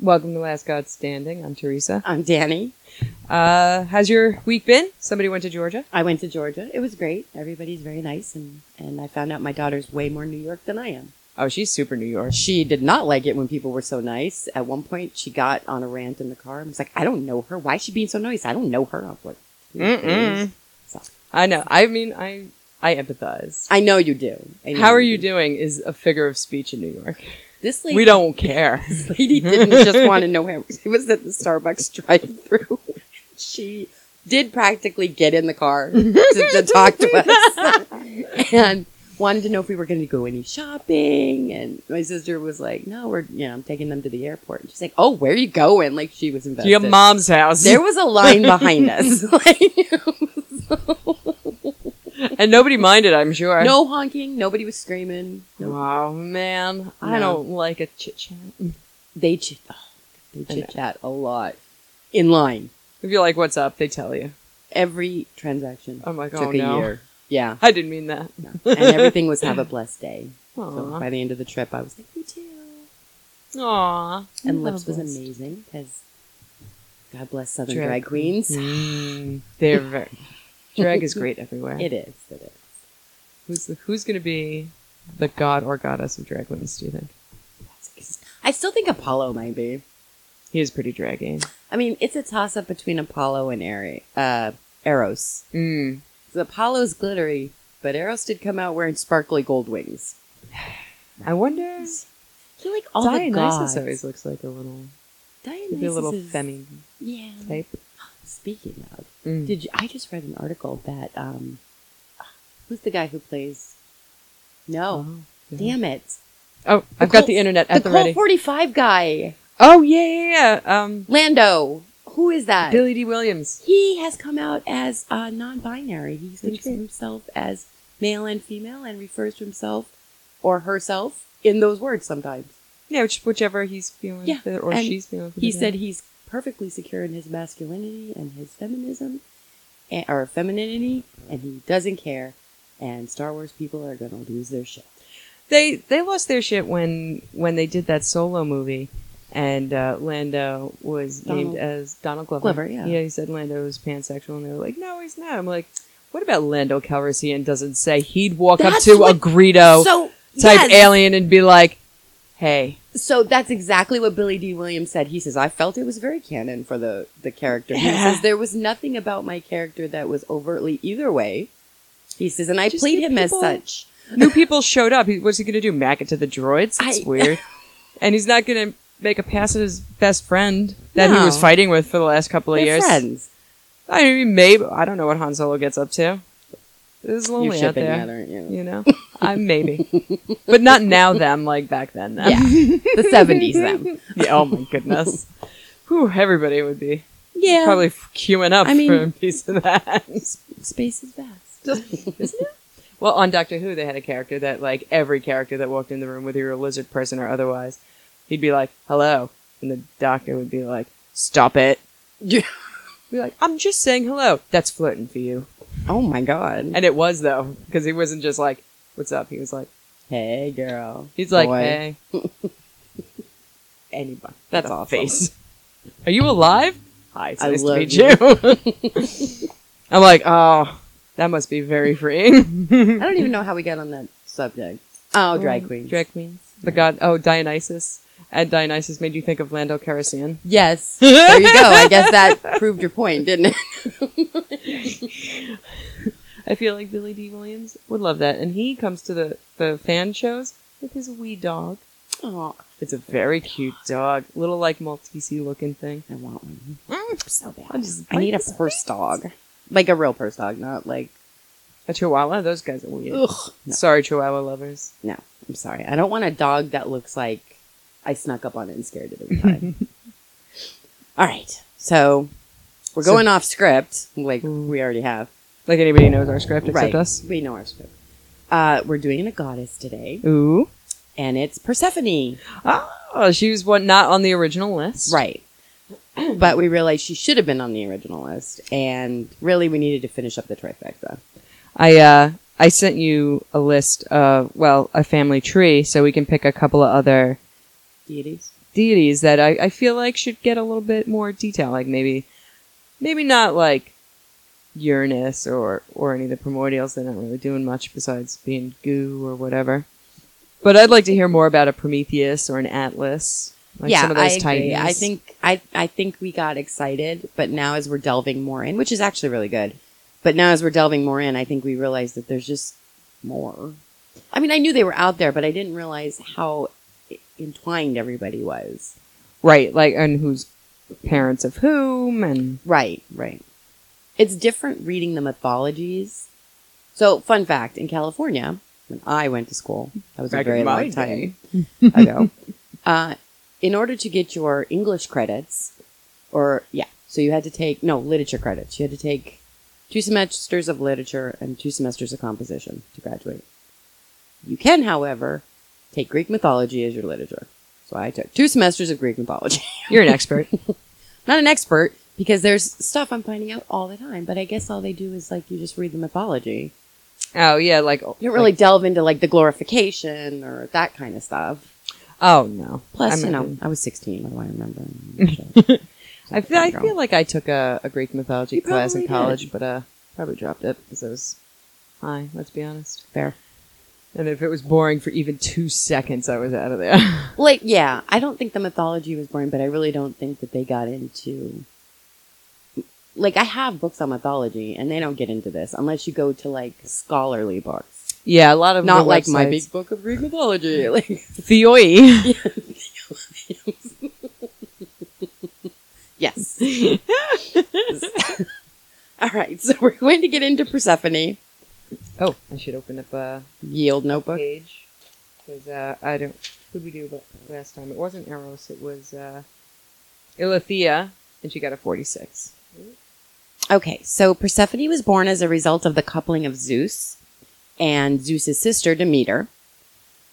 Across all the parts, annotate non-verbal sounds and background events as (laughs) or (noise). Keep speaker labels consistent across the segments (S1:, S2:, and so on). S1: Welcome to Last God Standing. I'm Teresa.
S2: I'm Danny.
S1: Uh, how's your week been? Somebody went to Georgia.
S2: I went to Georgia. It was great. Everybody's very nice, and and I found out my daughter's way more New York than I am.
S1: Oh, she's super New York.
S2: She did not like it when people were so nice. At one point, she got on a rant in the car and was like, "I don't know her. Why is she being so nice? I don't know her." I'm like,
S1: Mm-mm.
S2: So-
S1: I know. I mean, I I empathize.
S2: I know you do. I know
S1: How are you doing is a figure of speech in New York.
S2: This lady,
S1: We don't care.
S2: This
S1: (laughs)
S2: lady didn't just want to know him. She was at the Starbucks drive-through. She did practically get in
S1: (laughs)
S2: the car to, to talk to us, and wanted to know if we were going to go any shopping. And my sister was like, "No, we're you know I'm taking them to the airport." And she's like, "Oh, where are you going?" Like she was
S1: To
S2: invested.
S1: your mom's house.
S2: there was a line behind us. Like,
S1: (laughs) and nobody minded, I'm sure.
S2: no honking. Nobody was screaming. No,
S1: Oh man, I
S2: No.
S1: don't like a chit chat.
S2: they chit. Oh, they
S1: I know.
S2: chit chat a lot in line.
S1: If you're like, "What's up?" they tell you.
S2: Every transaction.
S1: I'm like, "Oh
S2: took a
S1: no,
S2: year. Yeah.
S1: I didn't mean that."
S2: and everything was (laughs) have a blessed day. So
S1: Aw.
S2: by the end of the trip, I was like, you too.
S1: Aw.
S2: And Lips was
S1: Lovelace.
S2: amazing because God bless Southern
S1: Drag
S2: drag queens.
S1: Mm, they're very, drag is great everywhere.
S2: (laughs) It is. It is.
S1: Who's the, who's going to be the god or goddess of drag queens? Do you think
S2: That's- I still think Apollo might be.
S1: he is pretty draggy?
S2: I mean, it's a toss up between Apollo and Ari- uh, Eros.
S1: Mm.
S2: 'Cause Apollo's glittery, but Eros did come out wearing sparkly gold wings.
S1: I wonder.
S2: He like all the
S1: Dionysus
S2: gods.
S1: always looks like a little,
S2: Dionysus
S1: could be a little
S2: is-
S1: femi
S2: Yeah.
S1: type.
S2: Speaking of,
S1: Mm.
S2: Did you, I just read an article that um, who's the guy who plays? No,
S1: Oh, yeah.
S2: damn it,
S1: Oh, I've got
S2: Colt-
S1: the internet at
S2: the
S1: the,
S2: Colt
S1: ready.
S2: Forty Five guy,
S1: Oh yeah, yeah, yeah. Um,
S2: Lando. Who is that?
S1: Billy D. Williams.
S2: He has come out as uh, non-binary. He thinks of
S1: Okay.
S2: himself as male and female, and refers to himself or herself in those words sometimes.
S1: Yeah, which, whichever he's feeling
S2: Yeah,
S1: for- or
S2: and
S1: she's feeling. for
S2: He
S1: the
S2: said
S1: day.
S2: he's perfectly secure in his masculinity and his feminism, and, or femininity, and he doesn't care. And Star Wars people are gonna lose their shit.
S1: they they lost their shit when when they did that solo movie, and uh, Lando was
S2: Donald-
S1: named as Donald Glover.
S2: Glover, yeah.
S1: yeah. He said Lando was pansexual, and they were like, "No, he's not." I'm like, "What about Lando Calrissian? Doesn't say he'd walk up
S2: That's
S1: to a
S2: what-
S1: Greedo
S2: so
S1: type
S2: yes.
S1: alien and be like, "Hey,
S2: So that's exactly what Billy D. Williams said. He says, "I felt it was very canon for the the character." He
S1: Yeah.
S2: says, "There was nothing about my character that was overtly either way." He says, "And I
S1: Just
S2: played
S1: give
S2: him as
S1: people-
S2: such."
S1: new people showed up. He, what's he gonna do? Mac it to the droids? That's
S2: I- (laughs)
S1: weird." And he's not gonna make a pass at his best friend that he was
S2: No.
S1: fighting with for the last couple of
S2: They're
S1: years.
S2: friends.
S1: I mean, maybe I don't know what Han Solo gets up to. It's lonely
S2: You're
S1: out
S2: shipping
S1: there.
S2: that, aren't you?
S1: you know i maybe but not now them like back then them.
S2: Yeah, the seventies them.
S1: (laughs)
S2: (laughs)
S1: Yeah, oh my goodness Whew, everybody would be
S2: Yeah,
S1: probably f- queuing up
S2: I mean-
S1: for a piece of that (laughs)
S2: space is vast.
S1: well on doctor who they had a character that like every character that walked in the room whether you're a lizard person or otherwise he'd be like hello and the doctor would be like stop it
S2: Yeah.
S1: be like i'm just saying hello that's flirting for you
S2: Oh my god.
S1: and it was though because he wasn't just like what's up he was like
S2: Hey, girl.
S1: He's like,
S2: Boy.
S1: hey. Anybody.
S2: That's
S1: with a
S2: awesome.
S1: Face. Are you alive? Hi, it's
S2: I
S1: nice to
S2: love
S1: meet you. (laughs) I'm like, oh, that must be very freeing.
S2: (laughs) I don't even know how we got on that subject. Oh, drag queen.
S1: Drag queens. The god, oh, Dionysus. And Dionysus made you think of Lando Calrissian. (laughs)
S2: yes. There you go. I guess that proved your point, didn't it?
S1: I feel like Billy D. Williams would love that. And he comes to the, the fan shows with his wee dog.
S2: Oh,
S1: It's a very cute dog. Little, like, Maltese looking thing.
S2: I want one. so bad.
S1: I just
S2: I need a
S1: like this
S2: purse dog, like a real purse dog, not like.
S1: A chihuahua? Those guys are weird.
S2: Ugh. No,
S1: Sorry, chihuahua lovers.
S2: no, I'm sorry. I don't want a dog that looks like I snuck up on it and scared it every time. All right, so we're
S1: So-
S2: going off script, like we already have.
S1: Like anybody knows our script except
S2: right,
S1: us.
S2: we know our script. Uh, we're doing a goddess today,
S1: Ooh.
S2: and it's Persephone.
S1: Oh, she was what not on the original list.
S2: Right. But we realized she should have been on the original list, and really we needed to finish up the trifecta.
S1: I uh I sent you a list of well, a family tree so we can pick a couple of other
S2: Deities?
S1: deities that I, I feel like should get a little bit more detail. Like maybe, maybe not like Uranus or or any of the primordials. They're not really doing much besides being goo or whatever. But I'd like to hear more about a Prometheus or an Atlas, like
S2: yeah,
S1: some of those
S2: I agree.
S1: titans.
S2: I think I I think we got excited, but now as we're delving more in, which is actually really good, but now as we're delving more in, I think we realize that there's just more. I mean, I knew they were out there, but I didn't realize how entwined everybody was.
S1: right, like and who's parents of whom and
S2: Right, right. It's different reading the mythologies. So, fun fact: in California, when I went to school, that was a very long time. ago. uh, in order to get your English credits, or yeah, so you had to take no literature credits. You had to take two semesters of literature and two semesters of composition to graduate. You can, however, take Greek mythology as your literature. So I took two semesters of Greek mythology. (laughs)
S1: You're an expert.
S2: Not an expert because there's stuff I'm finding out all the time, but I guess all they do is like you just read the mythology.
S1: oh yeah, like
S2: You don't really delve into like the glorification or that kind of stuff.
S1: Oh no.
S2: Plus,
S1: I'm
S2: you
S1: not-
S2: know, I was 16. What do I remember? (laughs)
S1: I feel, I
S2: Girl.
S1: feel like I took a, a Greek mythology
S2: You
S1: class in
S2: probably
S1: college,
S2: did.
S1: but uh, probably dropped it because I was high. Let's be honest.
S2: Fair.
S1: And if it was boring for even two seconds, I was out of there. (laughs)
S2: Like, yeah, I don't think the mythology was boring, but I really don't think that they got into. Like, I have books on mythology, and they don't get into this unless you go to like scholarly books,
S1: yeah, a lot of
S2: not like my big book of Greek mythology. (laughs) Like,
S1: theoi.
S2: yes. (laughs) All right, so we're going to get into Persephone.
S1: (laughs) oh, I should open up a
S2: Yield notebook.
S1: page because uh, I don't. Who would we do about- last time? It wasn't Eros. It was uh, Ilithia, and she got a forty-six.
S2: Okay, so Persephone was born as a result of the coupling of Zeus and Zeus's sister Demeter,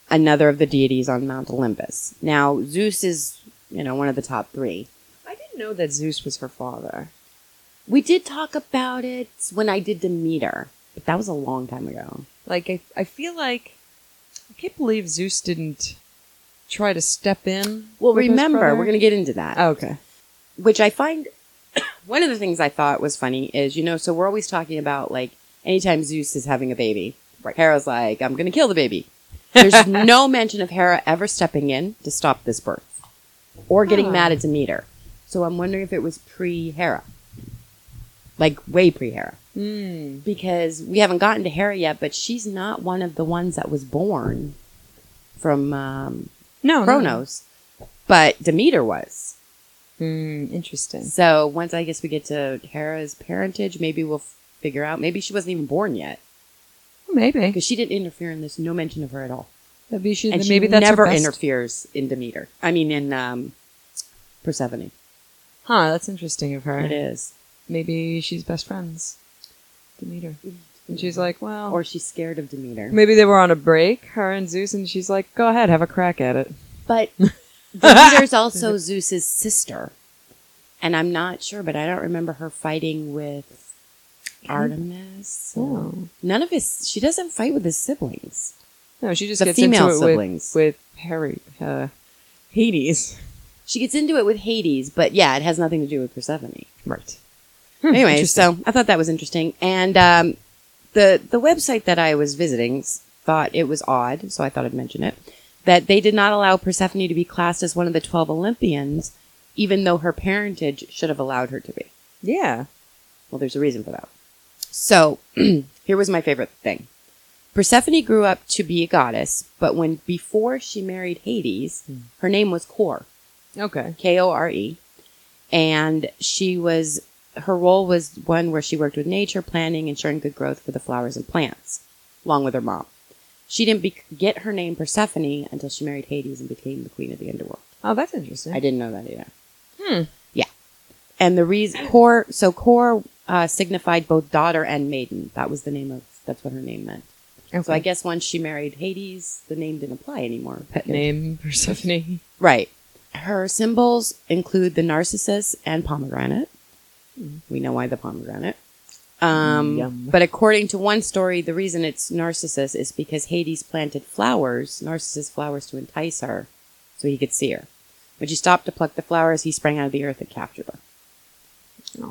S2: another of the deities on Mount Olympus. Now, Zeus is, you know, one of the top 3.
S1: I didn't know that Zeus was her father.
S2: We did talk about it when I did Demeter, but that was a long time ago.
S1: Like I, I feel like I can't believe Zeus didn't try to step in.
S2: Well,
S1: with his
S2: remember,
S1: brother.
S2: we're going to get into that.
S1: Oh, okay.
S2: which I find (coughs) one of the things I thought was funny is, you know, so we're always talking about like anytime Zeus is having a baby, right. Hera's like, I'm going to kill the baby.
S1: (laughs)
S2: There's no mention of Hera ever stepping in to stop this birth or getting
S1: Huh.
S2: mad at Demeter. So I'm wondering if it was pre Hera, like way pre Hera,
S1: Mm.
S2: because we haven't gotten to Hera yet, but she's not one of the ones that was born from um,
S1: Oh, No, no.
S2: Kronos, but Demeter was.
S1: Mm, interesting.
S2: So once I guess we get to Hera's parentage, maybe we'll f- figure out. Maybe she wasn't even born yet
S1: Maybe.
S2: because she didn't interfere in this. No mention of her at all,
S1: Maybe, she,
S2: and
S1: maybe
S2: she
S1: that's
S2: never
S1: her best-
S2: interferes in Demeter. I mean, in um, Persephone.
S1: Huh, that's interesting of
S2: It
S1: her.
S2: is,
S1: Maybe she's best friends. Demeter. And she's like, well.
S2: Mm-hmm. or she's scared of Demeter.
S1: (laughs) maybe they were on a break, her and Zeus, and she's like, go ahead, have a crack at it. (laughs)
S2: But Demeter's also Zeus's sister, and I'm not sure, but I don't remember her fighting with Artemis. or-
S1: Oh.
S2: None of his. She doesn't fight with his siblings.
S1: No, she just
S2: The
S1: gets
S2: female
S1: into it
S2: siblings.
S1: with, with Harry, uh, Hades.
S2: She gets into it with Hades, but yeah, it has nothing to do with Persephone. Hmm,
S1: Right. (laughs)
S2: anyway, so I thought that was interesting, and um, the the website that I was visiting s- thought it was odd, so I thought I'd mention it that they did not allow Persephone to be classed as one of the twelve Olympians, even though her parentage should have allowed her to be.
S1: yeah.
S2: Well, there's a reason for that. So (clears throat) here was my favorite thing. Persephone grew up to be a goddess, but when before she married Hades,
S1: Hmm.
S2: her name was Kor.
S1: Okay.
S2: K O R E. And she was, her role was one where she worked with nature, planning, ensuring good growth for the flowers and plants, along with her mom. She didn't be- get her name Persephone until she married Hades and became the queen of the underworld.
S1: Oh, that's interesting.
S2: I didn't know that either.
S1: Hmm.
S2: Yeah. And the reason, Cor, so Cor uh, signified both daughter and maiden. That was the name of, that's what her name meant.
S1: Okay.
S2: So I guess once she married Hades, the name didn't apply anymore.
S1: pet name Persephone.
S2: Right. Her symbols include the narcissus and pomegranate.
S1: Mm.
S2: We know why the pomegranate. Um,
S1: Yum.
S2: But according to one story, the reason it's narcissus is because Hades planted flowers, narcissus flowers, to entice her so he could see her. When she stopped to pluck the flowers, he sprang out of the earth and captured her.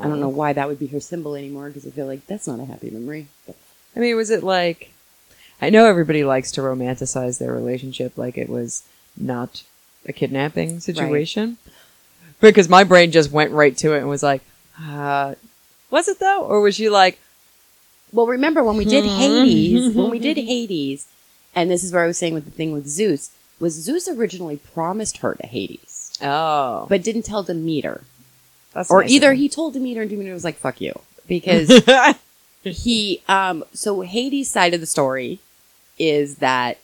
S2: I don't know why that would be her symbol anymore because I feel like that's not a happy memory. But
S1: I mean, was it like? I know everybody likes to romanticize their relationship like it was not a kidnapping situation, because my brain just went right to it and was like, uh, "Was it though?" Or was she like,
S2: Well, remember when we did Hades, when we did (laughs) Hades, and this is where I was saying with the thing with Zeus, was Zeus originally promised her to Hades,
S1: "Oh,
S2: but didn't tell Demeter.
S1: that's
S2: or
S1: nice
S2: either
S1: of
S2: he told Demeter and Demeter was like, fuck you.
S1: him."
S2: (laughs) Because he, um, so Hades' side of the story is that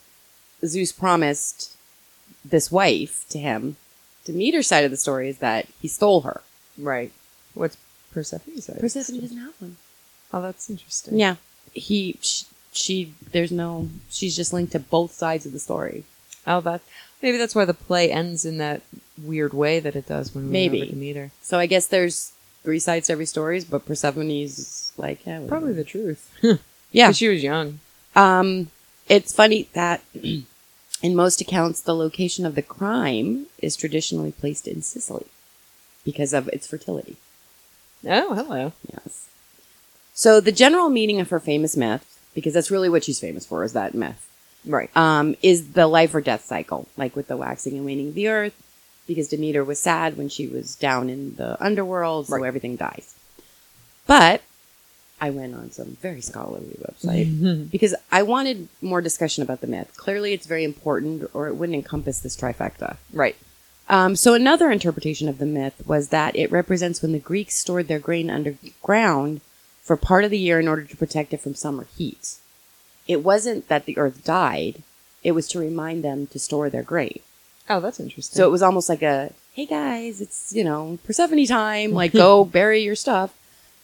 S2: Zeus promised this wife to him. Demeter's side of the story is that he stole her.
S1: (laughs) right? What's Persephone's? side?
S2: Persephone doesn't have one.
S1: Oh, that's interesting.
S2: Yeah. He, she, she, there's no, she's just linked to both sides of the story.
S1: Oh, that maybe that's why the play ends in that weird way that it does when we
S2: Maybe.
S1: remember Demeter.
S2: So I guess there's three sides to every story, but Persephone's like, yeah, whatever.
S1: Probably the truth.
S2: (laughs) Yeah.
S1: 'Cause she was young.
S2: Um, it's funny that (clears throat) in most accounts, the location of the crime is traditionally placed in Sicily because of its fertility.
S1: Oh, hello.
S2: Yes. So the general meaning of her famous myth, because that's really what she's famous for, is that myth,
S1: Right.
S2: um, is the life or death cycle, like with the waxing and waning of the earth, because Demeter was sad when she was down in the underworld, so
S1: Right.
S2: everything dies. But I went on some very scholarly (laughs) website
S1: Mm-hmm.
S2: because I wanted more discussion about the myth. Clearly, it's very important, or it wouldn't encompass this trifecta.
S1: right.
S2: Um, so, another interpretation of the myth was that it represents when the Greeks stored their grain underground for part of the year in order to protect it from summer heat. It wasn't that the earth died, it was to remind them to store their grain.
S1: Oh, that's interesting.
S2: So it was almost like a, hey guys, it's, you know, Persephone time. Like, go bury your stuff.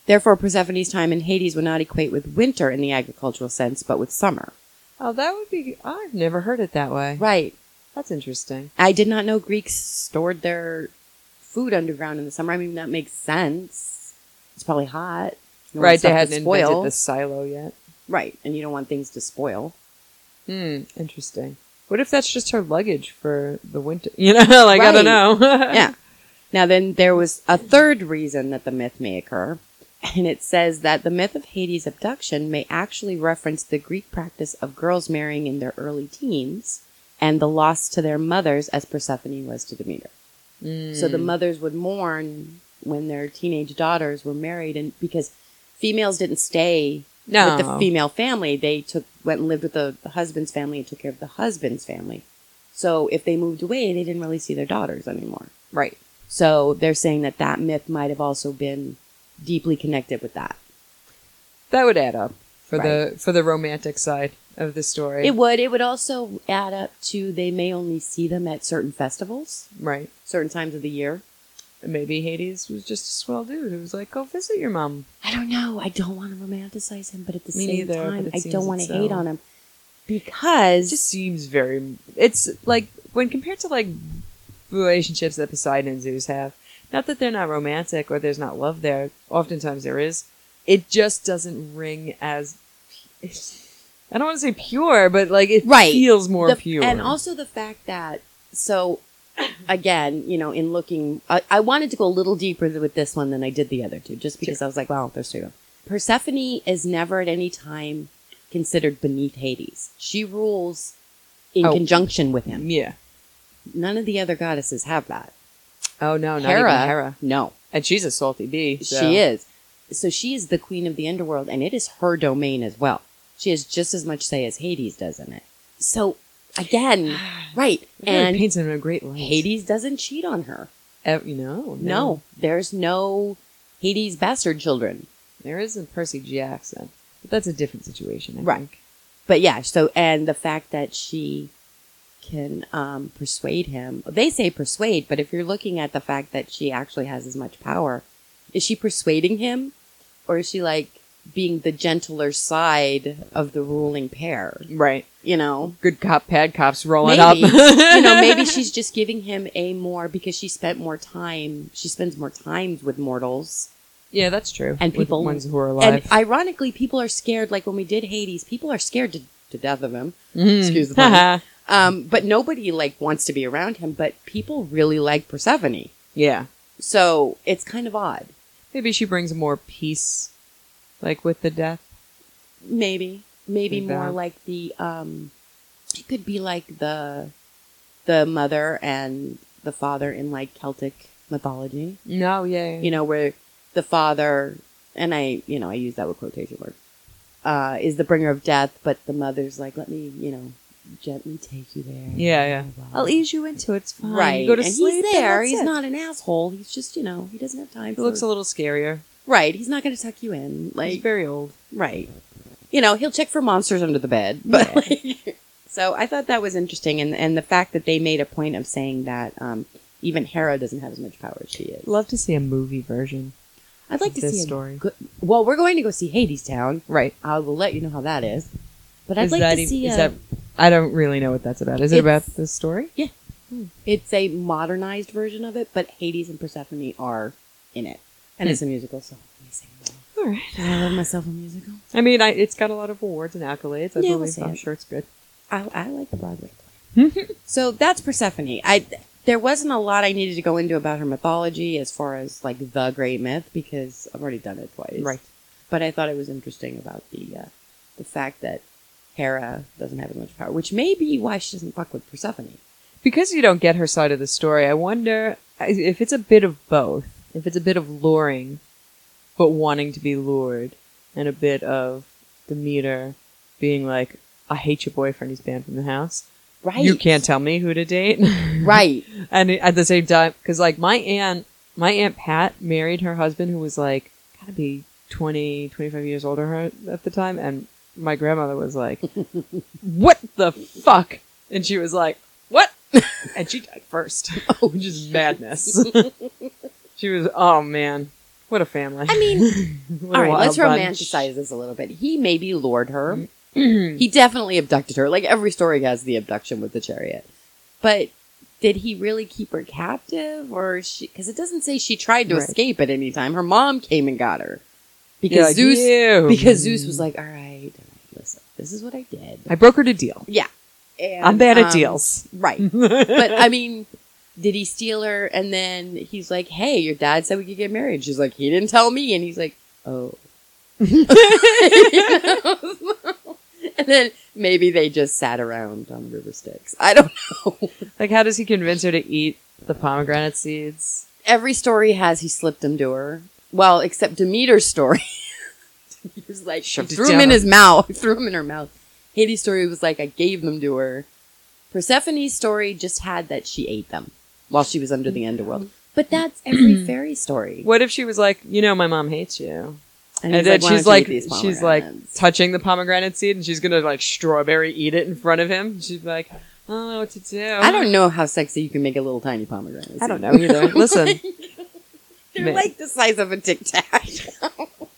S2: Therefore, Persephone's time in Hades would not equate with winter in the agricultural sense, but with summer.
S1: oh, that would be. I've never heard it that way.
S2: Right.
S1: That's interesting.
S2: I did not know Greeks stored their food underground in the summer. I mean, that makes sense. It's probably hot. You don't want
S1: right. They
S2: stuff to
S1: hadn't
S2: spoil.
S1: invented the silo yet.
S2: Right, and you don't want things to spoil.
S1: Hmm. Interesting. What if that's just her luggage for the winter? (laughs) You know, like I don't know. (laughs)
S2: (laughs) yeah. Now, then there was a third reason that the myth may occur, and it says that the myth of Hades' abduction may actually reference the Greek practice of girls marrying in their early teens and the loss to their mothers as Persephone was to Demeter.
S1: Mm.
S2: So the mothers would mourn when their teenage daughters were married, and because females didn't stay
S1: no.
S2: with the female family, they took went and lived with the, the husband's family and took care of the husband's family. So if they moved away, they didn't really see their daughters anymore.
S1: right.
S2: So they're saying that that myth might have also been deeply connected with that.
S1: That would add up for the for the romantic side of the story.
S2: It would. It would also add up to they may only see them at certain festivals,
S1: right.
S2: certain times of the year.
S1: Maybe Hades was just a swell dude who was like, "Go visit your mom."
S2: I don't know. I don't want to romanticize him, but at the
S1: Me
S2: same
S1: neither, but
S2: time,
S1: it
S2: I
S1: seems
S2: don't want to
S1: it's
S2: hate
S1: so.
S2: on him because
S1: It just seems very. It's like when compared to like relationships that Poseidon and Zeus have. Not that they're not romantic or there's not love there. Oftentimes there is. It just doesn't ring as. I don't want to say pure, but like it
S2: Right.
S1: feels more
S2: the-
S1: pure.
S2: and also the fact that so again, you know, in looking, I, I wanted to go a little deeper with this one than I did the other two, just because I was like, wow, there's two. of 'em. Persephone is never at any time considered beneath Hades. She rules in
S1: Oh.
S2: conjunction with him.
S1: yeah.
S2: None of the other goddesses have that.
S1: Oh no, not
S2: Hera,
S1: even Hera.
S2: no,
S1: And she's a salty bee. (sighs)
S2: she is. So she is the queen of the underworld, and it is her domain as well. She has just as much say as Hades does in it. So again, right?
S1: And
S2: And
S1: paints him in a great light.
S2: Hades doesn't cheat on her.
S1: Ev- no, no,
S2: No, there's no Hades bastard children.
S1: There isn't Percy Jackson, but that's a different situation. I
S2: Right.
S1: think.
S2: But yeah, so and the fact that she can um, persuade him. They say persuade, but if you're looking at the fact that she actually has as much power, is she persuading him or is she like being the gentler side of the ruling pair,
S1: Right.
S2: you know?
S1: Good cop, bad cops rolling
S2: Maybe,
S1: up. (laughs)
S2: you know, maybe she's just giving him a more because she spent more time, she spends more time with mortals.
S1: Yeah, that's true.
S2: And
S1: With
S2: people-
S1: ones who are alive.
S2: And ironically, people are scared. Like when we did Hades, people are scared to to death of him.
S1: Mhm.
S2: Excuse the
S1: (laughs)
S2: pun.
S1: Haha.
S2: Um, but nobody like wants to be around him. But people really like Persephone,
S1: yeah.
S2: so it's kind of odd.
S1: Maybe she brings more peace, like with the death.
S2: Maybe, maybe
S1: Like
S2: more
S1: that.
S2: like the. Um, it could be like the, the mother and the father in like Celtic mythology.
S1: No, yeah. yeah.
S2: you know, where the father and I, you know, I use that with quotation marks, uh, is the bringer of death, but the mother's like, let me, you know, gently take you there.
S1: Yeah, yeah.
S2: Blah, blah, blah.
S1: I'll ease you into it. It's fine.
S2: Right,
S1: You go to
S2: and
S1: sleep.
S2: he's
S1: and
S2: there.
S1: that's
S2: He's
S1: it.
S2: not an asshole. He's just, you know, he doesn't have time.
S1: He
S2: for
S1: looks a little scarier.
S2: right. He's not going to tuck you in,
S1: he's
S2: like
S1: very old.
S2: right. You know, he'll check for monsters under the bed, (laughs) but like, so I thought that was interesting, and and the fact that they made a point of saying that um, even Hera doesn't have as much power as she is.
S1: Love to see a movie version.
S2: I'd like to
S1: this
S2: see a
S1: story.
S2: good- well, we're going to go see Hades Town.
S1: Right.
S2: I will let you know how that is. But I'd
S1: is
S2: like
S1: that
S2: to
S1: ev-
S2: see.
S1: is
S2: a,
S1: that I don't really know what that's about. Is it
S2: It's-
S1: about the story?
S2: It's a modernized version of it, but Hades and Persephone are in it, and
S1: Hmm.
S2: it's a musical. So let me sing along.
S1: All right.
S2: Do I love myself a musical.
S1: I mean, I, it's got a lot of awards and accolades. I
S2: Yeah, we'll
S1: believe
S2: see
S1: I'm
S2: it.
S1: sure it's good.
S2: I, I like the Broadway play. (laughs) so that's Persephone. I there wasn't a lot I needed to go into about her mythology as far as like the great myth because I've already done it twice.
S1: Right.
S2: But I thought it was interesting about the uh, the fact that Hera doesn't have as much power, which may be why she doesn't fuck with Persephone.
S1: because you don't get her side of the story, I wonder if it's a bit of both. If it's a bit of luring, but wanting to be lured, and a bit of Demeter being like, I hate your boyfriend, he's banned from the house.
S2: Right.
S1: You can't tell me who to date.
S2: (laughs) Right.
S1: and at the same time, because like my aunt, my aunt Pat married her husband who was like, gotta be 20, 25 years older than her at the time. And my grandmother was
S2: (laughs)
S1: like, what the fuck? And she was like, what? and she died
S2: (laughs)
S1: first, (laughs) which is madness. she was, oh man, what a family.
S2: I mean,
S1: (laughs) What a
S2: all right,
S1: wild
S2: let's
S1: bunch. (clears throat)
S2: romanticize this a little bit. He maybe lured her.
S1: Mhm.
S2: he definitely abducted her. Like every story has the abduction with the chariot. But did he really keep her captive or she cuz it doesn't say she tried to
S1: Right.
S2: escape at any time. Her mom came and got her. Because
S1: You're like,
S2: Zeus
S1: "Ew."
S2: because Zeus was like, "All right, all right, listen. This is what I did."
S1: I brokered a deal.
S2: And,
S1: I'm bad at
S2: um, (laughs)
S1: deals.
S2: Right. but I mean, did he steal her? And then he's like, "Hey, your dad said we could get married." She's like, "He didn't tell me," and he's like, "Oh." (laughs) and then maybe they just sat around on river sticks. I don't know.
S1: Like, how does he convince her to eat the pomegranate seeds?
S2: Every story has he slipped them to her. Well, except Demeter's story. (laughs) Demeter's like she
S1: Shoved it
S2: threw him
S1: down
S2: in
S1: her-
S2: his mouth. (laughs) Threw him in her mouth. Hades' story was like I gave them to her. Persephone's story just had that she ate them while she was under the underworld. But that's
S1: (clears throat)
S2: every fairy story.
S1: What if she was like, you know, my mom hates you, and,
S2: he's
S1: then
S2: "Why
S1: she's
S2: don't you
S1: like,
S2: eat these
S1: she's like
S2: pomegranates?"
S1: touching the pomegranate seed, and she's gonna like strawberry eat it in front of him. She's like, I don't know what to do.
S2: I don't know how sexy you can make a little tiny pomegranate.
S1: I don't (laughs) know either.
S2: (laughs)
S1: Listen,
S2: They're
S1: Man.
S2: like the size of a tic tac.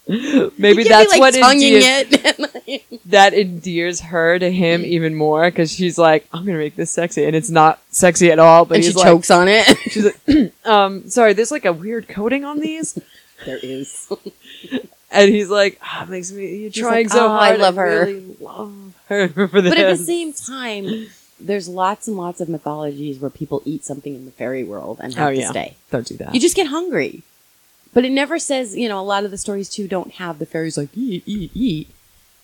S1: maybe that's
S2: like,
S1: what
S2: tonguing
S1: endears, (laughs)
S2: it.
S1: that endears her to him even more because she's like, I'm gonna make this sexy, and it's not sexy at all. But
S2: and she
S1: he's like,
S2: chokes on it. (laughs)
S1: she's like, um, sorry, there's like a weird coating on these,
S2: there is.
S1: and he's like, ah, it makes me you're trying
S2: like,
S1: so
S2: "Oh, I
S1: hard.
S2: love her."
S1: ah, really love her (laughs) for this.
S2: But at the same time, there's lots and lots of mythologies where people eat something in the fairy world and have
S1: Oh,
S2: to
S1: yeah.
S2: stay.
S1: don't do that.
S2: You just get hungry. But it never says, you know, a lot of the stories too don't have the fairies like eat, eat, eat.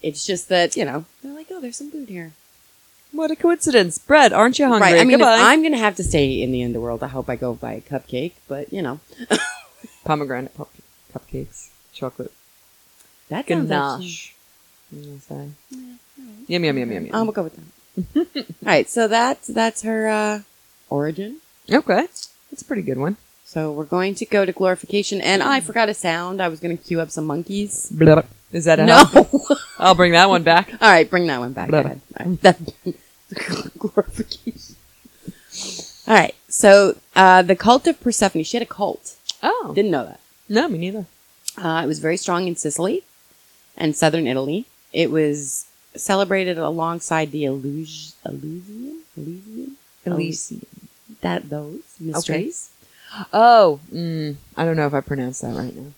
S2: It's just that, you know, they're like, oh, there's some food here.
S1: What a coincidence. Brett, aren't you hungry?
S2: Right. I mean, if
S1: Goodbye.
S2: I'm going to have to stay in the underworld. I hope I go buy a cupcake, but you know,
S1: Pomegranate pop- cupcakes. Chocolate.
S2: that sounds actually-
S1: Ganache. I'm gonna say. Yum, yum, yum, yum, yum.
S2: Um, we'll go with that. (laughs) All right. So that's that's her uh, origin.
S1: okay. That's a pretty good one.
S2: So we're going to go to glorification, and I forgot a sound. I was going to queue up some monkeys.
S1: Blah. Is that a
S2: No.
S1: help? I'll bring that one back.
S2: (laughs) All right, bring that one back.
S1: Blah.
S2: Go ahead. All right. That- (laughs) glorification. All right. So uh, the cult of Persephone. She had a cult.
S1: Oh.
S2: Didn't know that.
S1: no, me neither.
S2: Uh, it was very strong in Sicily and southern Italy. It was celebrated alongside the Elus- Eleusian, Elysian,
S1: Elysian.
S2: that those mysteries,
S1: Oh. Mm, I don't know if I pronounced that right now.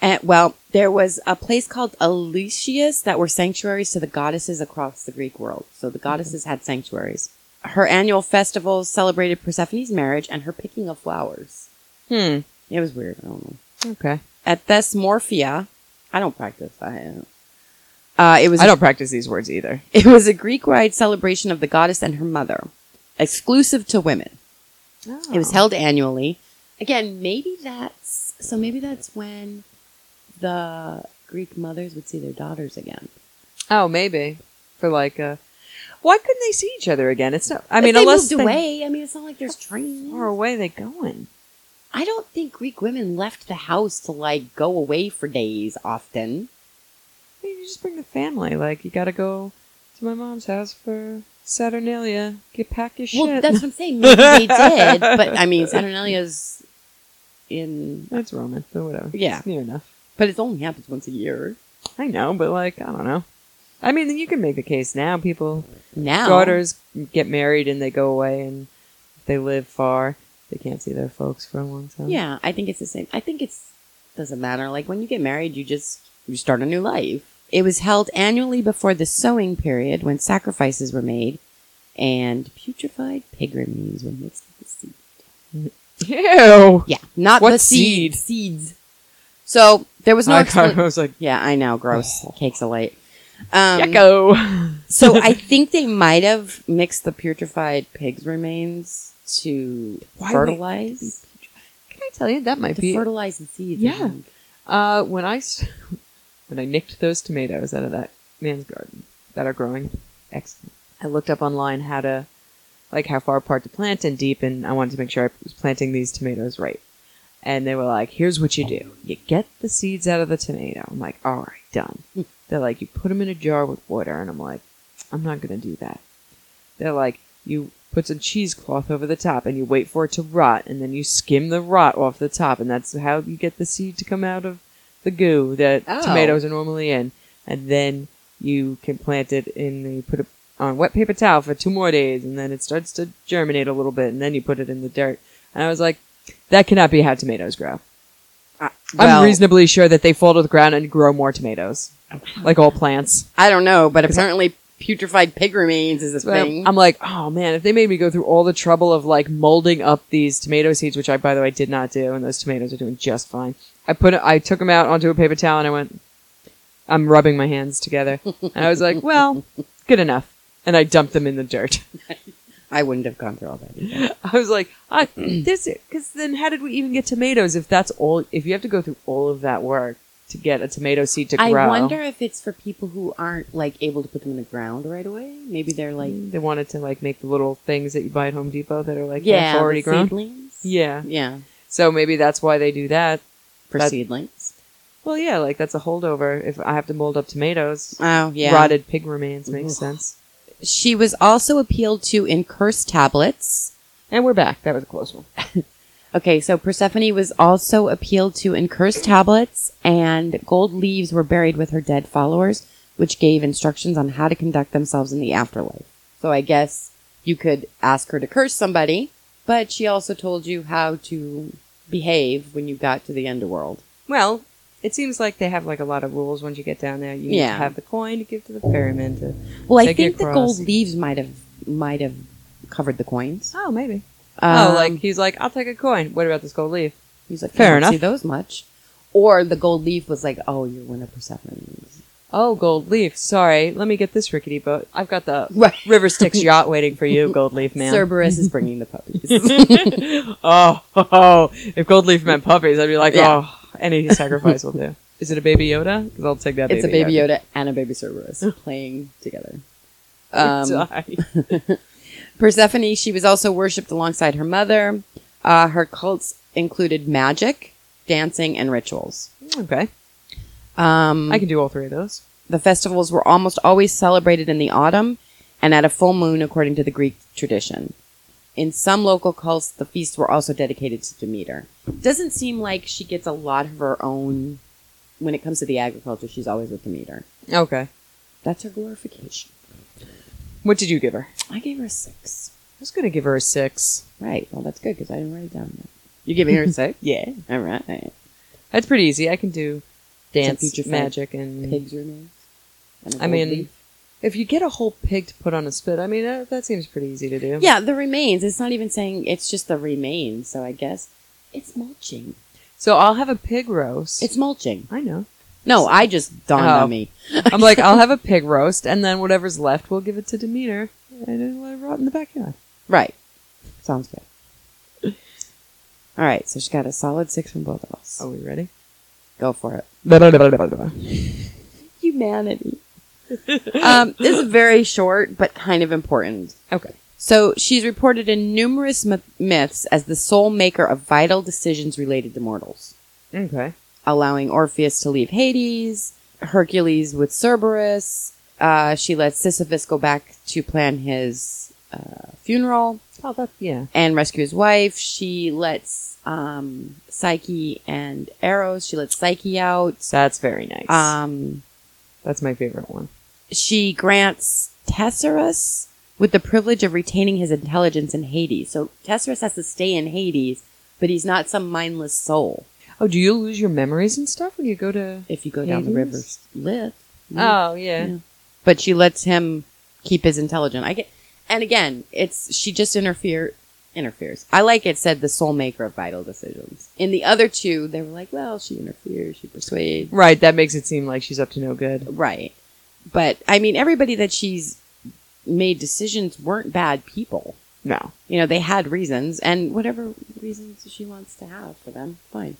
S2: And well, there was a place called Eleusis that were sanctuaries to the goddesses across the Greek world. So the goddesses had sanctuaries. Her annual festivals celebrated Persephone's marriage and her picking of flowers.
S1: Hmm.
S2: It was weird. I don't know.
S1: Okay.
S2: At Thesmorphia, I don't practice. I don't. Uh, it was
S1: I don't practice these words either.
S2: (laughs) it was a Greek rite celebration of the goddess and her mother, exclusive to women. It
S1: Oh.
S2: was held annually. Oh. Again, maybe that's so. Maybe that's when the Greek mothers would see their daughters again.
S1: Oh, maybe for like a. Why couldn't they see each other again? It's not. I
S2: If
S1: mean,
S2: they
S1: unless
S2: moved
S1: they,
S2: away. I mean, it's not like there's trains.
S1: How far away are they going?
S2: I don't think Greek women left the house to like go away for days often.
S1: I mean, you just bring the family. Like you got to go to my mom's house for Saturnalia. Get pack your
S2: Well,
S1: shit.
S2: that's what I'm saying. Maybe they did, but I mean, Saturnalia's in.
S1: (laughs) That's Roman, but whatever.
S2: Yeah.
S1: It's near enough.
S2: But it only happens once a year
S1: I know, but like I don't know. I mean, you can make the case now. People Oh.
S2: now.
S1: daughters get married and they go away, and if they live far, they can't see their folks for a long time.
S2: Yeah, I think it's the same. I think it's doesn't matter. Like when you get married, you just you start a new life. It was held annually before the sowing period when sacrifices were made and putrefied pig remains were mixed with the seed.
S1: Ew.
S2: Yeah, not
S1: What
S2: the seed.
S1: seed?
S2: Seeds. So there was no.
S1: I, Oh.
S2: expla-
S1: I was like,
S2: yeah, I know. Gross. Cakes of light. Um,
S1: Gecko.
S2: so I think they might have mixed the putrefied pig's remains to
S1: Why would
S2: fertilize,
S1: (laughs) Can I tell you that might
S2: to
S1: be?
S2: fertilize the seeds. I
S1: Yeah.
S2: think.
S1: Uh, when I st- (laughs) when I nicked those tomatoes out of that man's garden that are growing, excellent. I looked up online how to like how far apart to plant and deep, and I wanted to make sure I was planting these tomatoes right. And they were like, "Here's what you do: you get the seeds out of the tomato." I'm like, "All right, done." They're like, "You put them in a jar with water," and I'm like, "I'm not gonna do that." They're like, "You." Put some cheesecloth over the top and you wait for it to rot, and then you skim the rot off the top, and that's how you get the seed to come out of the goo that
S2: Oh.
S1: tomatoes are normally in, and then you can plant it in the put it on wet paper towel for two more days, and then it starts to germinate a little bit, and then you put it in the dirt. And I was like, that cannot be how tomatoes grow.
S2: Uh, well-
S1: I'm reasonably sure that they fall to the ground and grow more tomatoes, like all plants.
S2: I don't know, but apparently putrefied pig remains is a
S1: So I'm-
S2: thing.
S1: I'm like, oh man, if they made me go through all the trouble of like molding up these tomato seeds, which I, by the way, did not do, and those tomatoes are doing just fine. I put, I took them out onto a paper towel, and I went, I'm rubbing my hands together, and I was like, well, good enough, and I dumped them in the dirt. (laughs)
S2: I wouldn't have gone through all that. either.
S1: I was like, I, this, because then how did we even get tomatoes if that's all? If you have to go through all of that work to get a tomato seed to
S2: I
S1: grow,
S2: wonder if it's for people who aren't like able to put them in the ground right away. Maybe they're like
S1: they wanted to like make the little things that you buy at Home Depot that are like
S2: yeah,
S1: half
S2: the
S1: already grown.
S2: seedlings.
S1: Yeah.
S2: yeah,
S1: So maybe that's why they do that.
S2: for
S1: That-
S2: seedlings.
S1: Well, yeah, like that's a holdover. If I have to mold up tomatoes,
S2: Oh yeah,
S1: rotted pig remains makes
S2: Ugh.
S1: sense.
S2: She was also appealed to in curse tablets.
S1: And we're back. That was a close one.
S2: Okay, so Persephone was also appealed to in curse tablets, and gold leaves were buried with her dead followers, which gave instructions on how to conduct themselves in the afterlife. So I guess you could ask her to curse somebody, but she also told you how to behave when you got to the underworld.
S1: Well, it seems like they have like a lot of rules once you get down there. You need
S2: Yeah.
S1: to have the coin to give to the ferryman. To...
S2: Well, I
S1: Take your
S2: think the gold
S1: cross.
S2: leaves might have might have covered the coins.
S1: Oh, maybe.
S2: Um,
S1: oh, like he's like, I'll take a coin. What about this gold leaf?
S2: he's like,
S1: fair
S2: fair enough. See
S1: enough.
S2: those much, or the gold leaf was like, oh, you're one of Persephone's.
S1: Oh, gold leaf. Sorry, let me get this rickety boat. I've got the
S2: Right.
S1: River Styx (laughs) yacht waiting for you, gold leaf man.
S2: Cerberus is bringing (laughs) the puppies.
S1: (laughs) oh, ho, ho. if gold leaf meant puppies, I'd be like,
S2: Yeah.
S1: oh, any sacrifice will do. Is it a baby Yoda? Because I'll take that.
S2: it's a baby Yoda Oh. and a baby Cerberus playing together.
S1: (laughs)
S2: Um,
S1: Um,
S2: Persephone, she was also worshipped alongside her mother. Uh, her cults included magic, dancing, and rituals.
S1: okay,
S2: Um,
S1: I can do all three of those.
S2: the festivals were almost always celebrated in the autumn and at a full moon, according to the Greek tradition. In some local cults, the feasts were also dedicated to Demeter. Doesn't seem like she gets a lot of her own when it comes to the agriculture. She's always with Demeter.
S1: Okay,
S2: That's her glorification.
S1: what did you give her? I
S2: I gave her a six.
S1: was gonna give her a six.
S2: Right. Well, that's (laughs) good because I didn't write it down. You're giving her a six?
S1: Yeah,
S2: All right.
S1: that's pretty easy. I can do dance
S2: putrefied
S1: magic and
S2: Pigs remains. And a
S1: I
S2: gold
S1: mean,
S2: leaf.
S1: if you get a whole pig to put on a spit, I mean that, that seems pretty easy to do.
S2: yeah, the remains. It's not even saying it's just the remains. So I guess it's mulching.
S1: So I'll have a pig roast.
S2: It's mulching.
S1: I (laughs) know.
S2: No, I just dawned
S1: Oh.
S2: on me.
S1: I'm like, I'll have a pig roast, and then whatever's left, we'll give it to Demeter, and it'll let it rot in the backyard.
S2: Right. Sounds good. All right, so she got a solid six from both of us.
S1: Are we ready?
S2: Go for it.
S1: Um, That's
S2: Humanity. um, this is very short, but kind of important.
S1: Okay.
S2: So she's reported in numerous myth- myths as the sole maker of vital decisions related to mortals,
S1: Okay.
S2: allowing Orpheus to leave Hades, Hercules with Cerberus. Uh, she lets Sisyphus go back to plan his uh, funeral.
S1: Oh, that yeah.
S2: and rescue his wife. She lets um, Psyche and Eros. She lets Psyche out.
S1: That's very nice.
S2: Um,
S1: That's my favorite one.
S2: she grants Tesserus with the privilege of retaining his intelligence in Hades. So Tesserus has to stay in Hades, but he's not some mindless soul.
S1: Oh, do you lose your memories and stuff when you go to?
S2: If you go down the
S1: Hades?
S2: river, live.
S1: Oh yeah.
S2: Yeah. But she lets him keep his intelligence. I get, and again, it's she just interfere interferes. I like it said the soul maker of vital decisions. In the other two, they were like, well, she interferes, she persuades,
S1: Right. That makes it seem like she's up to no good.
S2: right? But I mean, everybody that she's made decisions weren't bad people.
S1: No.
S2: You know, they had reasons, and whatever reasons she wants to have for them, fine.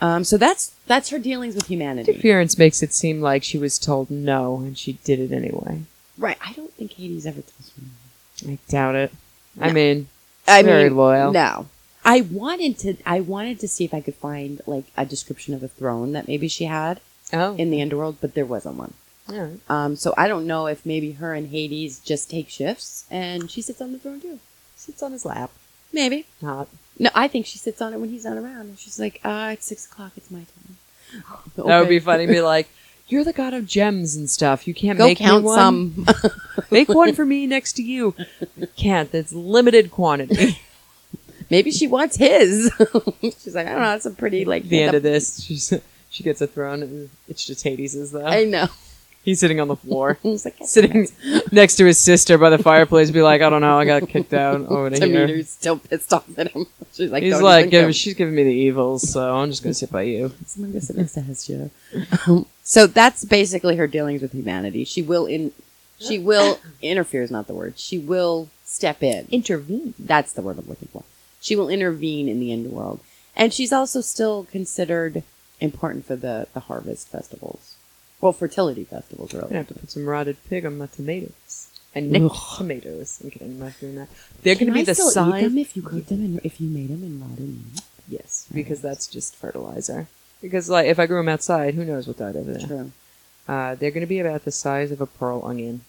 S2: Um, so that's that's her dealings with humanity.
S1: Interference makes it seem like she was told no, and she did it anyway.
S2: Right. I don't think Hades ever tells her.
S1: I doubt it. I
S2: No.
S1: mean,
S2: I
S1: Very
S2: mean,
S1: loyal.
S2: No, I wanted to. I wanted to see if I could find like a description of a throne that maybe she had
S1: oh,
S2: in the underworld, but there wasn't one.
S1: alright.
S2: Um, so I don't know if maybe her and Hades just take shifts, and she sits on the throne too.
S1: sits on his lap.
S2: Maybe.
S1: Not.
S2: No, I think she sits on it when he's not around, and she's like, "Ah, it's six o'clock. It's my time."
S1: That would
S2: Okay.
S1: be funny. Be like, (laughs) you're the god of gems and stuff. You can't
S2: Go
S1: make me
S2: count
S1: one.
S2: some. (laughs)
S1: Make (laughs) one for me next to you. You can't. That's limited quantity.
S2: maybe she wants his. (laughs) she's like, "I don't know. That's a pretty like."
S1: the end of this, she's, she gets a throne. And it's just Hades' though.
S2: I know. (laughs)
S1: He's sitting on the floor, (laughs)
S2: It's like,
S1: sitting next to his sister by the fireplace. Be like, I don't know. I got kicked out over to here.
S2: Demeter's still pissed off at him. (laughs) She's like,
S1: He's
S2: "Don't
S1: like,
S2: even come."
S1: give, she's giving me the evils, so I'm just gonna sit by you.
S2: Someone go sit next to Hestia. Um, so that's basically her dealings with humanity. She will in, she (coughs) will interfere is not the word. She will step in.
S1: Intervene.
S2: That's the word I'm looking for. She will intervene in the underworld, and she's also still considered important for the the harvest festivals, well, fertility festivals
S1: I'm gonna
S2: really.
S1: have to put some rotted pig on my tomatoes. And nicked tomatoes. I'm kidding. I'm not doing that. They're gonna be the size.
S2: if you cooked them and if you made them in modern meat.
S1: Yes, because that's just fertilizer. Because like if I grew them outside, who knows what died over there?
S2: True.
S1: Uh, they're going to be about the size of a pearl onion.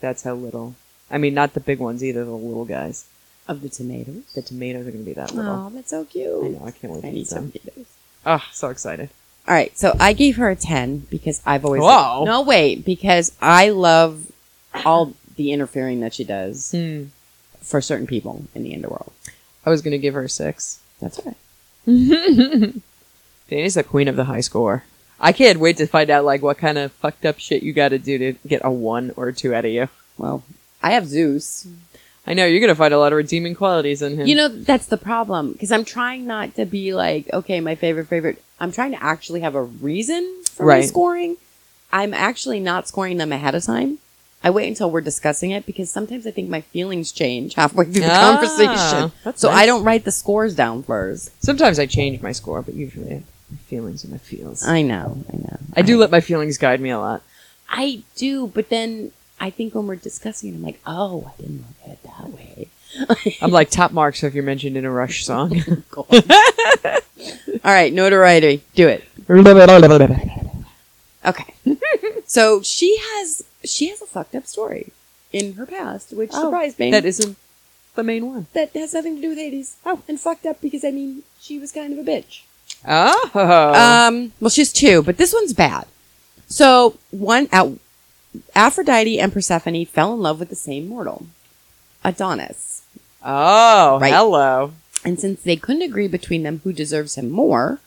S1: That's how little. I mean, not the big ones either. The little guys.
S2: Of the tomatoes.
S1: The tomatoes are going to be that little.
S2: Oh, that's so cute.
S1: I know. I can't wait
S2: I
S1: to
S2: need
S1: eat
S2: some
S1: them.
S2: tomatoes.
S1: Ah, so excited.
S2: All right, so I gave her a 10 because I've always
S1: Wow.
S2: No, wait, because I love all the interfering that she does
S1: Hmm.
S2: for certain people in the underworld.
S1: I was going to give her a
S2: (laughs)
S1: six.
S2: That's all right.
S1: Danny's the queen of the high score. I can't wait to find out like what kind of fucked up shit you got to do to get a one or a two out of you.
S2: Well, I have Zeus.
S1: I know you're going to find a lot of redeeming qualities in him.
S2: You know, that's the problem because I'm trying not to be like, okay, my favorite favorite. I'm trying to actually have a reason for my
S1: Right.
S2: scoring. I'm actually not scoring them ahead of time. I wait until we're discussing it because sometimes I think my feelings change halfway through the
S1: Ah,
S2: conversation.
S1: that's
S2: So
S1: nice.
S2: I don't write the scores down first.
S1: sometimes I change my score, but usually I have my feelings and my feels.
S2: I know, I know.
S1: I do let my feelings guide me a lot.
S2: I do, but then I think when we're discussing it, I'm like, oh, I didn't look at it that way. (laughs)
S1: I'm like top marks if you're mentioned in a Rush song.
S2: God. (laughs) All right, notoriety, do it. Okay. (laughs) so she has she has a fucked up story in her past, which
S1: Oh,
S2: surprised me.
S1: that isn't the main one.
S2: that has nothing to do with Hades. Oh, and fucked up because I mean she was kind of a bitch.
S1: Oh.
S2: Um, well, she's two, but this one's bad. So one at Aphrodite and Persephone fell in love with the same mortal, Adonis.
S1: oh,
S2: right.
S1: hello.
S2: And since they couldn't agree between them who deserves him more,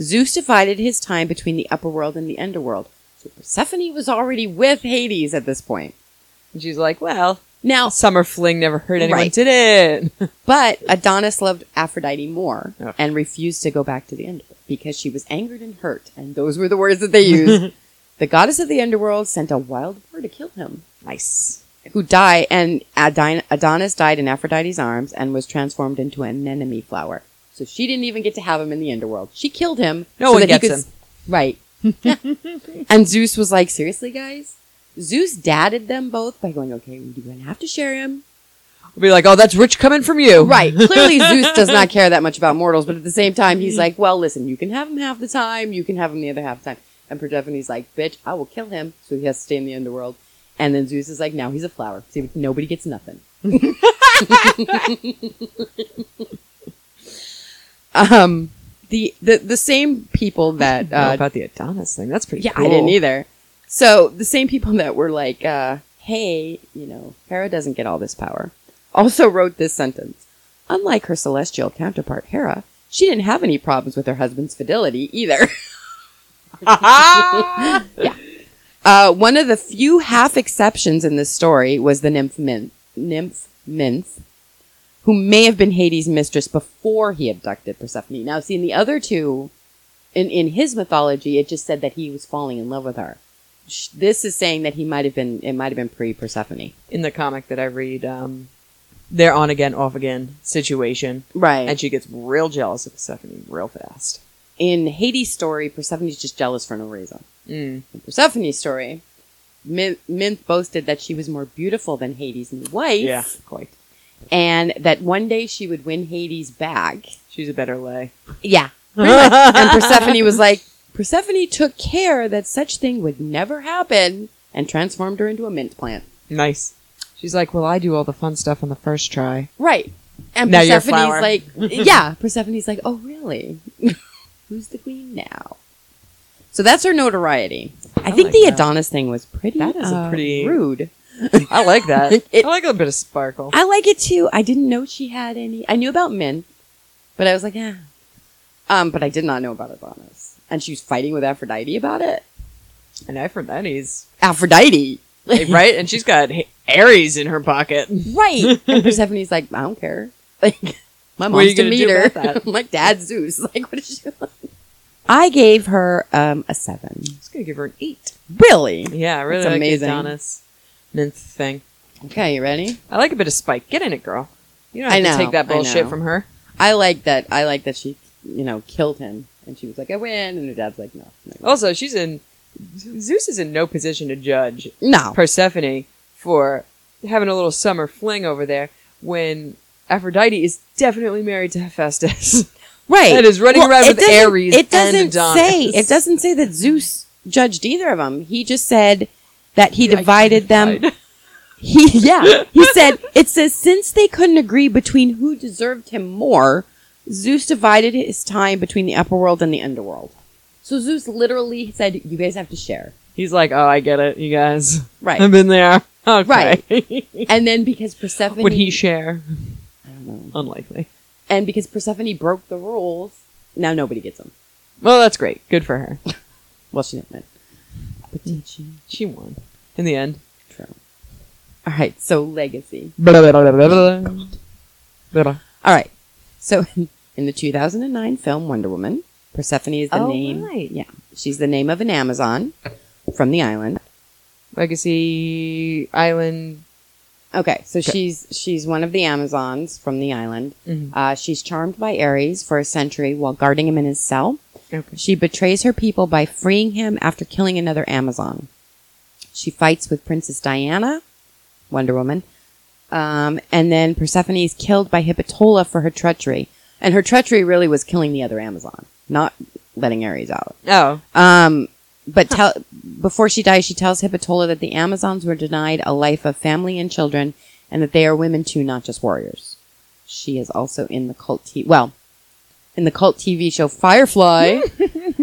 S2: Zeus divided his time between the upper world and the underworld. So Persephone was already with Hades at this point.
S1: And she's like, well,
S2: Now,
S1: summer fling never hurt anyone,
S2: Right.
S1: did it?
S2: but Adonis loved Aphrodite more
S1: Oh.
S2: and refused to go back to the underworld because she was angered and hurt, and those were the words that they used. the goddess of the underworld sent a wild boar to kill him.
S1: nice.
S2: who died, and Adon- Adonis died in Aphrodite's arms and was transformed into an anemone flower. So she didn't even get to have him in the underworld. She killed him.
S1: No
S2: so
S1: one
S2: that he
S1: gets
S2: could
S1: him.
S2: s- Right.
S1: (laughs)
S2: and Zeus was like, seriously, guys? Zeus dadded them both by going, okay, we're going to have to share him.
S1: We'll be like, oh, that's rich coming from you.
S2: Right. Clearly, Zeus does not care that much about mortals, but at the same time, he's like, well, listen, you can have him half the time, you can have him the other half the time. And Persephone's like, bitch, I will kill him, so he has to stay in the underworld. And then Zeus is like, now he's a flower. See, nobody gets nothing. (laughs) um, the, the the same people that
S1: Know
S2: uh,
S1: about the Adonis thing. That's pretty
S2: yeah,
S1: cool.
S2: I didn't either. So the same people that were like, uh, hey, you know, Hera doesn't get all this power, also wrote this sentence. Unlike her celestial counterpart, Hera, she didn't have any problems with her husband's fidelity either.
S1: (laughs)
S2: Uh, one of the few half exceptions in this story was the nymph Min- nymph Minth, who may have been Hades' mistress before he abducted Persephone. Now, see, in the other two, in, in his mythology, it just said that he was falling in love with her. Sh- This is saying that he might have been, it might have been pre Persephone.
S1: In the comic that I read, um, they're on again, off again situation,
S2: Right.
S1: and she gets real jealous of Persephone real fast.
S2: in Hades' story, Persephone's just jealous for no reason.
S1: Mm.
S2: In Persephone's story, Min- Minth boasted that she was more beautiful than Hades' new wife.
S1: Yeah, quite.
S2: and that one day she would win Hades back.
S1: She's a better (laughs) lay.
S2: Yeah. and Persephone was like, Persephone took care that such thing would never happen and transformed her into a mint plant.
S1: Nice. She's like, well, I do all the fun stuff on the first try. (laughs)
S2: Right. And
S1: Now you're a flower.
S2: Persephone's
S1: (laughs)
S2: like, yeah, Persephone's like, oh, really? (laughs) Who's the queen now? So that's her notoriety. I,
S1: I
S2: think
S1: like
S2: the
S1: that.
S2: Adonis thing was pretty,
S1: That is a
S2: uh,
S1: pretty-
S2: rude.
S1: I like that.
S2: (laughs) It-
S1: I like a bit of sparkle.
S2: I like it too. I didn't know she had any. I knew about Min, but I was like, yeah. Um, but I did not know about Adonis, and she was fighting with Aphrodite about it.
S1: And
S2: (laughs)
S1: Aphrodite's
S2: Aphrodite,
S1: right, and she's got H- Aries in her pocket.
S2: right? (laughs) and Persephone's like, I don't care. (laughs) Like, my
S1: What are
S2: mom's
S1: you gonna do
S2: Demeter.
S1: about that?
S2: (laughs) I'm like, Dad Zeus. Like, what is she? Like? I gave her um a seven.
S1: It's gonna give her an eight.
S2: Really?
S1: Yeah, I really
S2: That's
S1: like the
S2: amazing.
S1: Adonis nymph thing.
S2: Okay, you ready?
S1: I like a bit of spike. Get in it, girl. You don't
S2: I
S1: have
S2: know,
S1: to take that
S2: I
S1: bullshit
S2: know.
S1: from her.
S2: I like that. I like that she, you know, killed him, and she was like, I win, and her dad's like, no, no,
S1: Also, she's in Zeus is in no position to judge
S2: no.
S1: Persephone for having a little summer fling over there when Aphrodite is definitely married to Hephaestus.
S2: Right.
S1: That is running around
S2: it
S1: with
S2: doesn't-
S1: Ares
S2: It
S1: and
S2: doesn't
S1: Adonis.
S2: say it doesn't say that Zeus judged either of them. He just said that he
S1: (laughs)
S2: divided them. (laughs) He yeah. He said it says since they couldn't agree between who deserved him more, Zeus divided his time between the upper world and the underworld. So Zeus literally said you guys have to share.
S1: He's like, "Oh, I get it, you guys.
S2: Right.
S1: I've been there. (laughs) Okay. (laughs)
S2: And then because Persephone
S1: Would he share?
S2: I don't know.
S1: Unlikely.
S2: And because Persephone broke the rules, now nobody gets him.
S1: Well, that's great. Good for her.
S2: Well, she didn't win. But did she?
S1: She won in the (laughs) end.
S2: True. All right, so legacy.
S1: Blah, blah, blah, blah, blah, blah. Blah, blah.
S2: All right, so (laughs) in the 2009 film Wonder Woman, Persephone is the
S1: Oh,
S2: name.
S1: right.
S2: Yeah, she's the name of an Amazon from the island.
S1: Legacy Island.
S2: Okay, so she's she's one of the Amazons from the island.
S1: Mhm.
S2: Uh, she's charmed by Ares for a century while guarding him in his cell.
S1: Okay.
S2: She betrays her people by freeing him after killing another Amazon. She fights with Princess Diana, Wonder Woman, um, and then Persephone is killed by Hippatola for her treachery. And her treachery really was killing the other Amazon, not letting Ares out.
S1: Oh,
S2: Um, but tell, before she dies, she tells Hippatola that the Amazons were denied a life of family and children, and that they are women too, not just warriors. She is also in the cult. T- well, in the cult TV show (laughs) Firefly,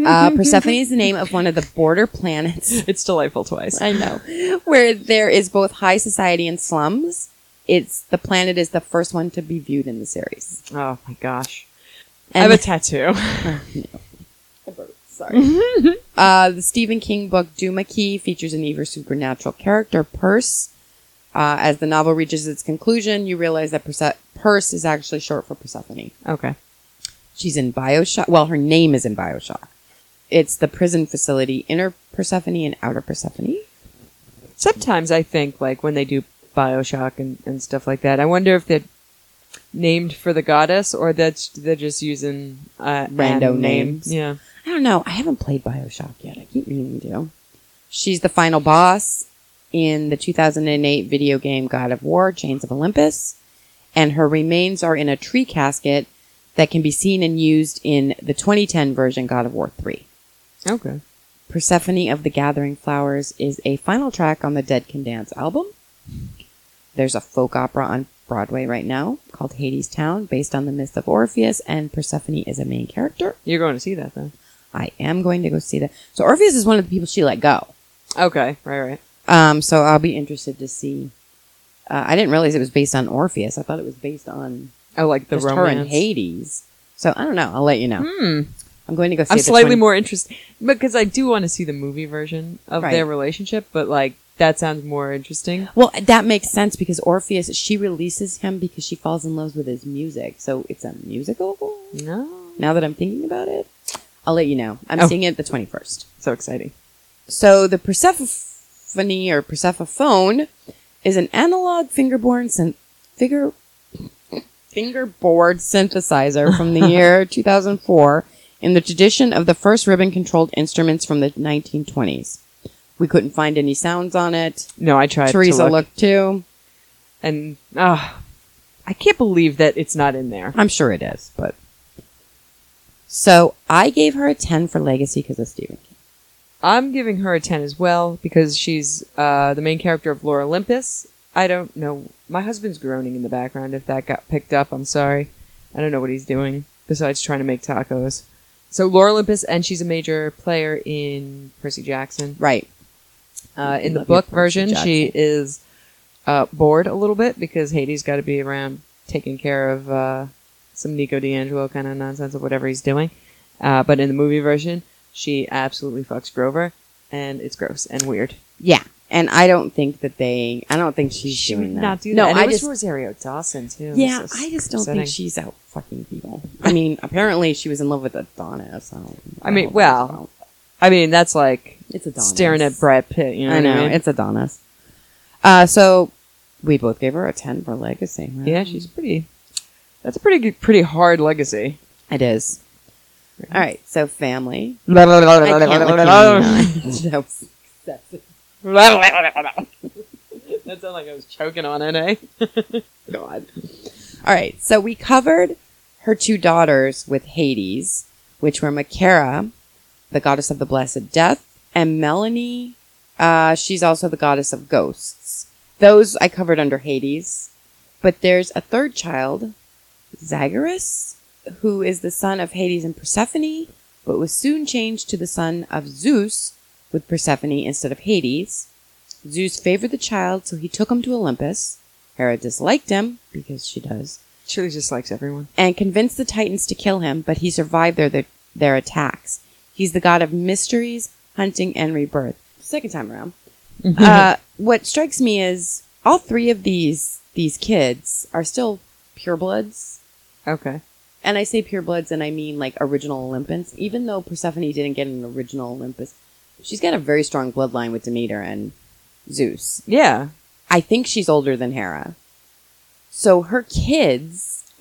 S2: uh, Persephone is the name of one of the border planets.
S1: it's delightful twice.
S2: I know. Where there is both high society and slums. It's the planet is the first one to be viewed in the series.
S1: Oh my gosh.
S2: And
S1: I have a tattoo.
S2: Sorry. Uh, the Stephen King book Duma Key features an evil supernatural character, Purse. Uh, as the novel reaches its conclusion, you realize that Perse- Purse is actually short for Persephone.
S1: (laughs) okay.
S2: She's in Bioshock. Well, her name is in Bioshock. It's the prison facility, Inner Persephone and Outer Persephone.
S1: Sometimes I think, like, when they do Bioshock and, and stuff like that, I wonder if they're named for the goddess or that's they're just using uh,
S2: Random
S1: random names.
S2: names.
S1: Yeah.
S2: I don't know. I haven't played Bioshock yet. I keep meaning to. She's the final boss in the 2008 video game God of War, Chains of Olympus, and her remains are in a tree casket that can be seen and used in the 2010 version God of War 3.
S1: Okay.
S2: Persephone of the Gathering Flowers is a final track on the Dead Can Dance album. There's a folk opera on Broadway right now called Hades Town, based on the myth of Orpheus, and Persephone is a main character.
S1: You're going to see that then.
S2: I am going to go see that. So Orpheus is one of the people she let go.
S1: Okay. Right. Right.
S2: Um, so I'll be interested to see. Uh, I didn't realize it was based on Orpheus. I thought it was based on
S1: I Oh, like the
S2: just her
S1: romance.
S2: and Hades. So I don't know. I'll let you know.
S1: Hmm.
S2: I'm going to go see.
S1: I'm
S2: it the
S1: slightly
S2: 20
S1: more interested because I do want to see the movie version of their
S2: Right.
S1: relationship, but like that sounds more interesting.
S2: Well, that makes sense because Orpheus she releases him because she falls in love with his music. So it's a musical.
S1: No,
S2: Now that I'm thinking about it, I'll let you know. I'm
S1: Oh.
S2: seeing it the 21st.
S1: so exciting.
S2: So the Persephone or Persephophone is an analog fingerborn synth- figure fingerboard synthesizer
S1: (laughs)
S2: from the year 2004 in the tradition of the first ribbon controlled instruments from the 1920s. We couldn't find any sounds on it.
S1: No, I tried.
S2: Teresa
S1: to look,
S2: looked too.
S1: and ah, I can't believe that it's not in there.
S2: I'm sure it is, but so I gave her a 10 for legacy because of Stephen King.
S1: I'm giving her a ten as well because she's uh, the main character of Laura Olympus. I don't know. My husband's groaning in the background. If that got picked up, I'm sorry. I don't know what he's doing besides trying to make tacos. So Laura Olympus, and she's a major player in Percy Jackson.
S2: Right.
S1: Uh, in
S2: We
S1: the
S2: love your
S1: book
S2: Percy
S1: version, she
S2: Jackson.
S1: is uh, bored a little bit because Hades got to be around taking care of uh, some Nico D'Angelo kind of nonsense or whatever he's doing. Uh, but in the movie version, she absolutely fucks Grover, and it's gross and weird.
S2: Yeah. And I don't think that they, I don't think she's
S1: she
S2: doing
S1: would
S2: that.
S1: not do
S2: No,
S1: that. And
S2: I
S1: it was
S2: just,
S1: Rosario Dawson too. It was
S2: yeah,
S1: so
S2: I just don't
S1: upsetting.
S2: think she's out fucking people. I mean, apparently she was in love with Adonis. I, don't,
S1: I mean,
S2: don't know
S1: well,
S2: about-
S1: I mean, that's like
S2: it's Adonis.
S1: staring at Brad Pitt. You know
S2: I
S1: what
S2: know
S1: I mean?
S2: it's Adonis. Uh, so we both gave her a ten for legacy. right?
S1: yeah, she's pretty. That's a pretty good- pretty hard legacy.
S2: it is. All right, so family. I can't
S1: that
S2: look at you (laughs) now. That's excessive.
S1: (laughs) sounded like I was choking on it, eh?
S2: God. All right. So we covered her two daughters with Hades, which were Makara, the goddess of the blessed death, and Melanie. Uh, she's also the goddess of ghosts. Those I covered under Hades. But there's a third child, Zagaris, who is the son of Hades and Persephone, but was soon changed to the son of Zeus with Persephone instead of Hades. Zeus favored the child, so he took him to Olympus. Hera disliked him, because she does,
S1: Chili just likes everyone.
S2: and convinced the Titans to kill him, but he survived their, their, their attacks. He's the god of mysteries, hunting, and rebirth. Second time around.
S1: Mm-hmm.
S2: uh, what strikes me is all three of these these kids are still purebloods.
S1: (laughs) okay.
S2: And I say purebloods, and I mean like original Olympus. Even though Persephone didn't get an original Olympus, she's got a very strong bloodline with Demeter and Zeus.
S1: Yeah.
S2: I think she's older than Hera. So her kids,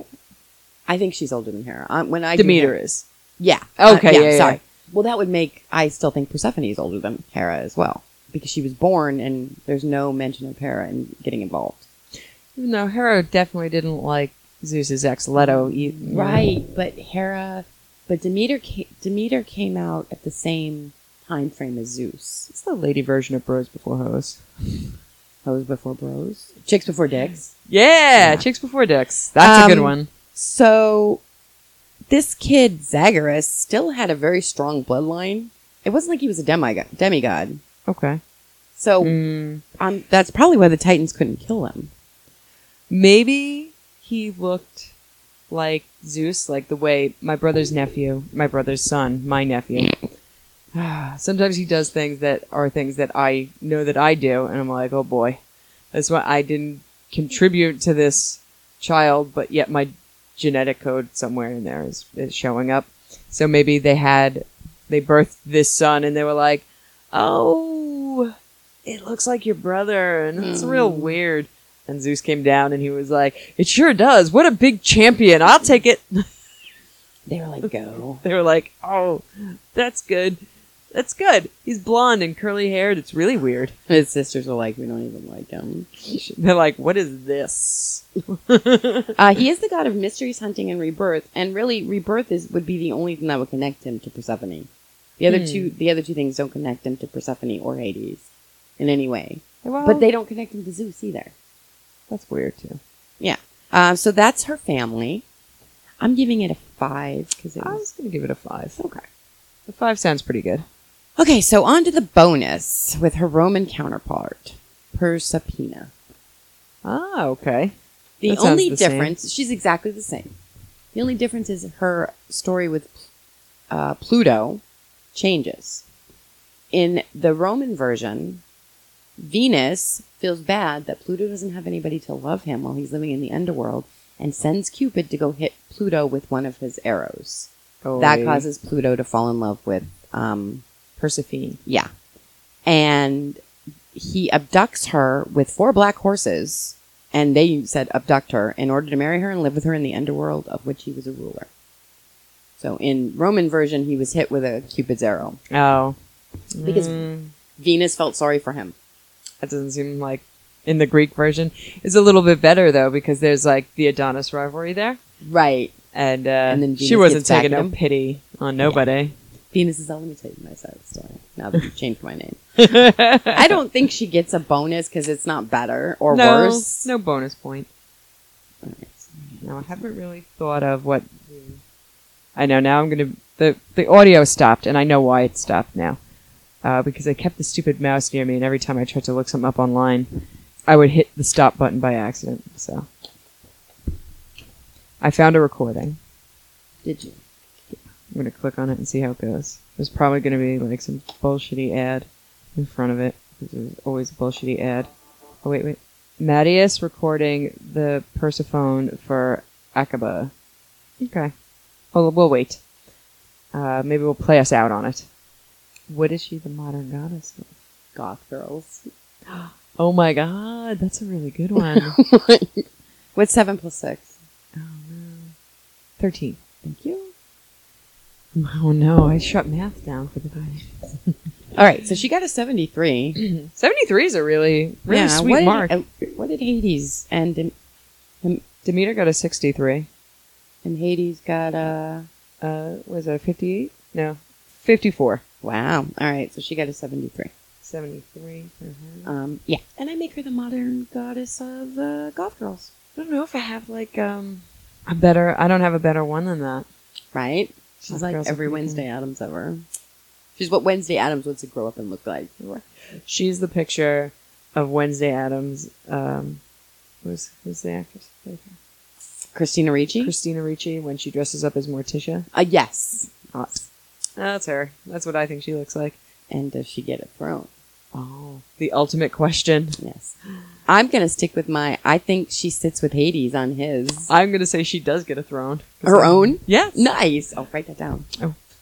S2: I think she's older than Hera. Um, when I do
S1: Demeter
S2: Hera-
S1: is.
S2: Oh, yeah.
S1: Okay, yeah, yeah.
S2: Sorry. Well, that would make I still think Persephone is older than Hera as well because she was born and there's no mention of Hera in getting involved.
S1: No, Hera definitely didn't like Zeus's ex Leto. e-
S2: Right, but Hera, but Demeter, ca- Demeter came out at the same time frame as Zeus.
S1: It's the lady version of Bros Before Hoes.
S2: Hoes before bros, chicks before dicks.
S1: Yeah,
S2: Yeah.
S1: Chicks Before Dicks. That's a good
S2: Um,
S1: one.
S2: So this kid Zagaris still had a very strong bloodline. It wasn't like he was a demigod. Demigod.
S1: Okay.
S2: So
S1: Mm,
S2: um, that's probably why the Titans couldn't kill him.
S1: maybe he looked like Zeus, like the way my brother's nephew, my brother's son, my nephew, (sighs) Sometimes he does things that are things that I know that I do, and I'm like, oh boy, that's why I didn't contribute to this child, but yet my genetic code somewhere in there is, is showing up. So maybe they had, they birthed this son, and they were like, oh, it looks like your brother, and it's real
S2: Mm.
S1: weird. And Zeus came down, and he was like, it sure does. What a big champion. I'll take it.
S2: They were like, go.
S1: (laughs) They were like, "Oh, that's good. That's good. He's blonde and curly haired. It's really weird." (laughs)
S2: His sisters were like, we don't even like him.
S1: They're like, "What is this?"
S2: Uh, he is the god of mysteries, hunting, and rebirth. And really, rebirth is would be the only thing that would connect him to Persephone. The other
S1: Hmm.
S2: two, the other two things don't connect him to Persephone or Hades in any way.
S1: Well,
S2: But they don't connect him to Zeus either.
S1: that's weird too.
S2: Uh, so that's her family. I'm giving it a five because it
S1: I
S2: was
S1: was gonna give it a five.
S2: okay.
S1: The five sounds pretty good.
S2: Okay, so on to the bonus with her Roman counterpart, Persepina.
S1: Ah, okay.
S2: The
S1: That sounds
S2: only
S1: the same.
S2: difference, she's exactly the same. The only difference is her story with uh, Pluto changes. In the Roman version, Venus feels bad that Pluto doesn't have anybody to love him while he's living in the underworld and sends Cupid to go hit Pluto with one of his arrows. That
S1: Oy.
S2: causes Pluto to fall in love with um,
S1: Persephone.
S2: yeah. And he abducts her with four black horses, and they said abduct her in order to marry her and live with her in the underworld of which he was a ruler. So in Roman version, he was hit with a Cupid's arrow.
S1: Oh,
S2: Because-
S1: Mm,
S2: Venus felt sorry for him.
S1: that doesn't seem like in the Greek version is a little bit better though because there's like the Adonis rivalry there,
S2: Right.
S1: and, uh,
S2: then Venus
S1: she wasn't
S2: gets back
S1: taking
S2: at
S1: no
S2: him.
S1: pity on nobody.
S2: Venus is, oh, let me tell you my side of the story
S1: (laughs)
S2: now that you've changed my name. I don't think she gets a bonus because it's not better or
S1: no,
S2: worse.
S1: no bonus point.
S2: All right.
S1: No, I haven't really thought of what. I know now. I'm gonna the the audio stopped, and I know why it stopped now, uh, because I kept the stupid mouse near me, and every time I tried to look something up online, I would hit the stop button by accident. So I found a recording.
S2: Did you?
S1: I'm gonna click on it and see how it goes. There's probably gonna be like some bullshitty ad in front of it. 'cause There's always a bullshitty ad. Oh wait, wait. Mattias recording the Persephone for Akaba. Okay. Well, we'll wait. Uh, maybe we'll play us out on it. What is she the modern goddess of?
S2: Goth girls.
S1: Oh my god, that's a really good (laughs) one.
S2: What's seven plus six?
S1: oh no. 13.
S2: Thank you.
S1: Oh no, I shut math down for the day.
S2: All right, so she got a 73.
S1: 73 is a really, really sweet
S2: what
S1: mark.
S2: Did, uh, what did Hades and Dem-
S1: Demeter got a 63.
S2: and Hades got a
S1: Uh, was that a 58? No, 54.
S2: wow. All right, so she got a seventy-three.
S1: 73. uh
S2: Um, yeah, and I make her the modern goddess of uh, goth girls,
S1: I don't know if I have like um a better. I don't have a better one than that.
S2: right? She's
S1: Goth
S2: like
S1: girls are
S2: every
S1: pretty
S2: Wednesday Adams ever. She's what Wednesday Adams wants to grow up and look like.
S1: She's the picture of Wednesday Adams. Um, who's who's the actress?
S2: Christina Ricci.
S1: Christina Ricci when she dresses up as Morticia.
S2: uh, yes.
S1: Oh, That's her. That's what I think she looks like.
S2: And does she get a throne?
S1: Oh, the ultimate question.
S2: Yes. I'm gonna stick with my. I think she sits with Hades on his (gasps)
S1: I'm gonna say she does get a throne.
S2: her own.
S1: Yes.
S2: Nice. I'll write that down.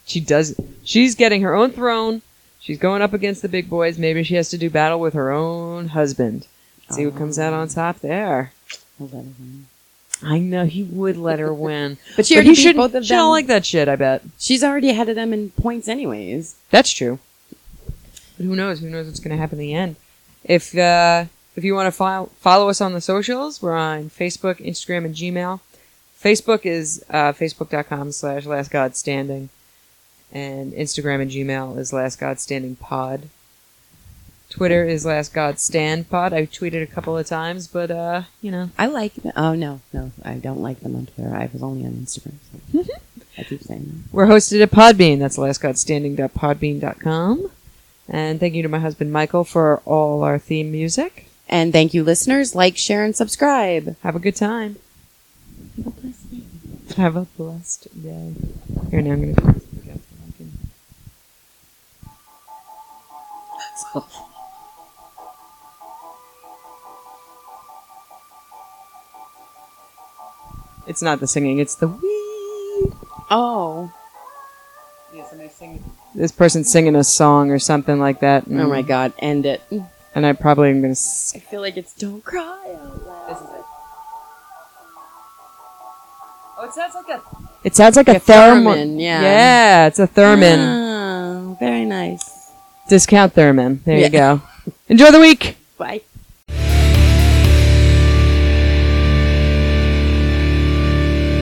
S1: She does. She's getting her own throne. She's going up against the big boys. Maybe she has to do battle with her own husband. See who comes out on top there.
S2: I'll let her win.
S1: Oh. I know he would let her win.
S2: But she
S1: But
S2: already
S1: he
S2: beat
S1: shouldn't.
S2: both of
S1: she
S2: them.
S1: don't like that shit. I bet
S2: She's already ahead of them in points, anyways.
S1: that's true. But who knows? Who knows what's going to happen in the end? If uh, if you want to file, follow us on the socials, we're on Facebook, Instagram, and Gmail. Facebook is uh, facebook.com slash last god standing, and Instagram and Gmail is last god standing pod. Twitter is last god stand pod. I've tweeted a couple of times, but uh, you know,
S2: I like them. Oh no, no, I don't like them on Twitter. I was only on Instagram. So I keep saying
S1: We're hosted at Podbean. That's lastgodstanding.podbean.com. And thank you to my husband Michael for all our theme music.
S2: that. And thank you, listeners. Like, share, and subscribe.
S1: Have a good time. (laughs) Have a blessed day. Here now I'm gonna.
S2: So-
S1: It's not the singing, it's the wee.
S2: oh.
S1: This person's singing a song or something like that. mm.
S2: Oh my god, end it.
S1: And I probably am going to.
S2: I feel like it's don't cry out loud.
S1: This is it. Oh, it sounds like a. It sounds like a,
S2: Like a
S1: therm-
S2: theremin, yeah.
S1: Yeah, Mm. it's a theremin.
S2: Oh, very nice.
S1: Discount theremin. There
S2: Yeah.
S1: you go. Enjoy the week.
S2: Bye.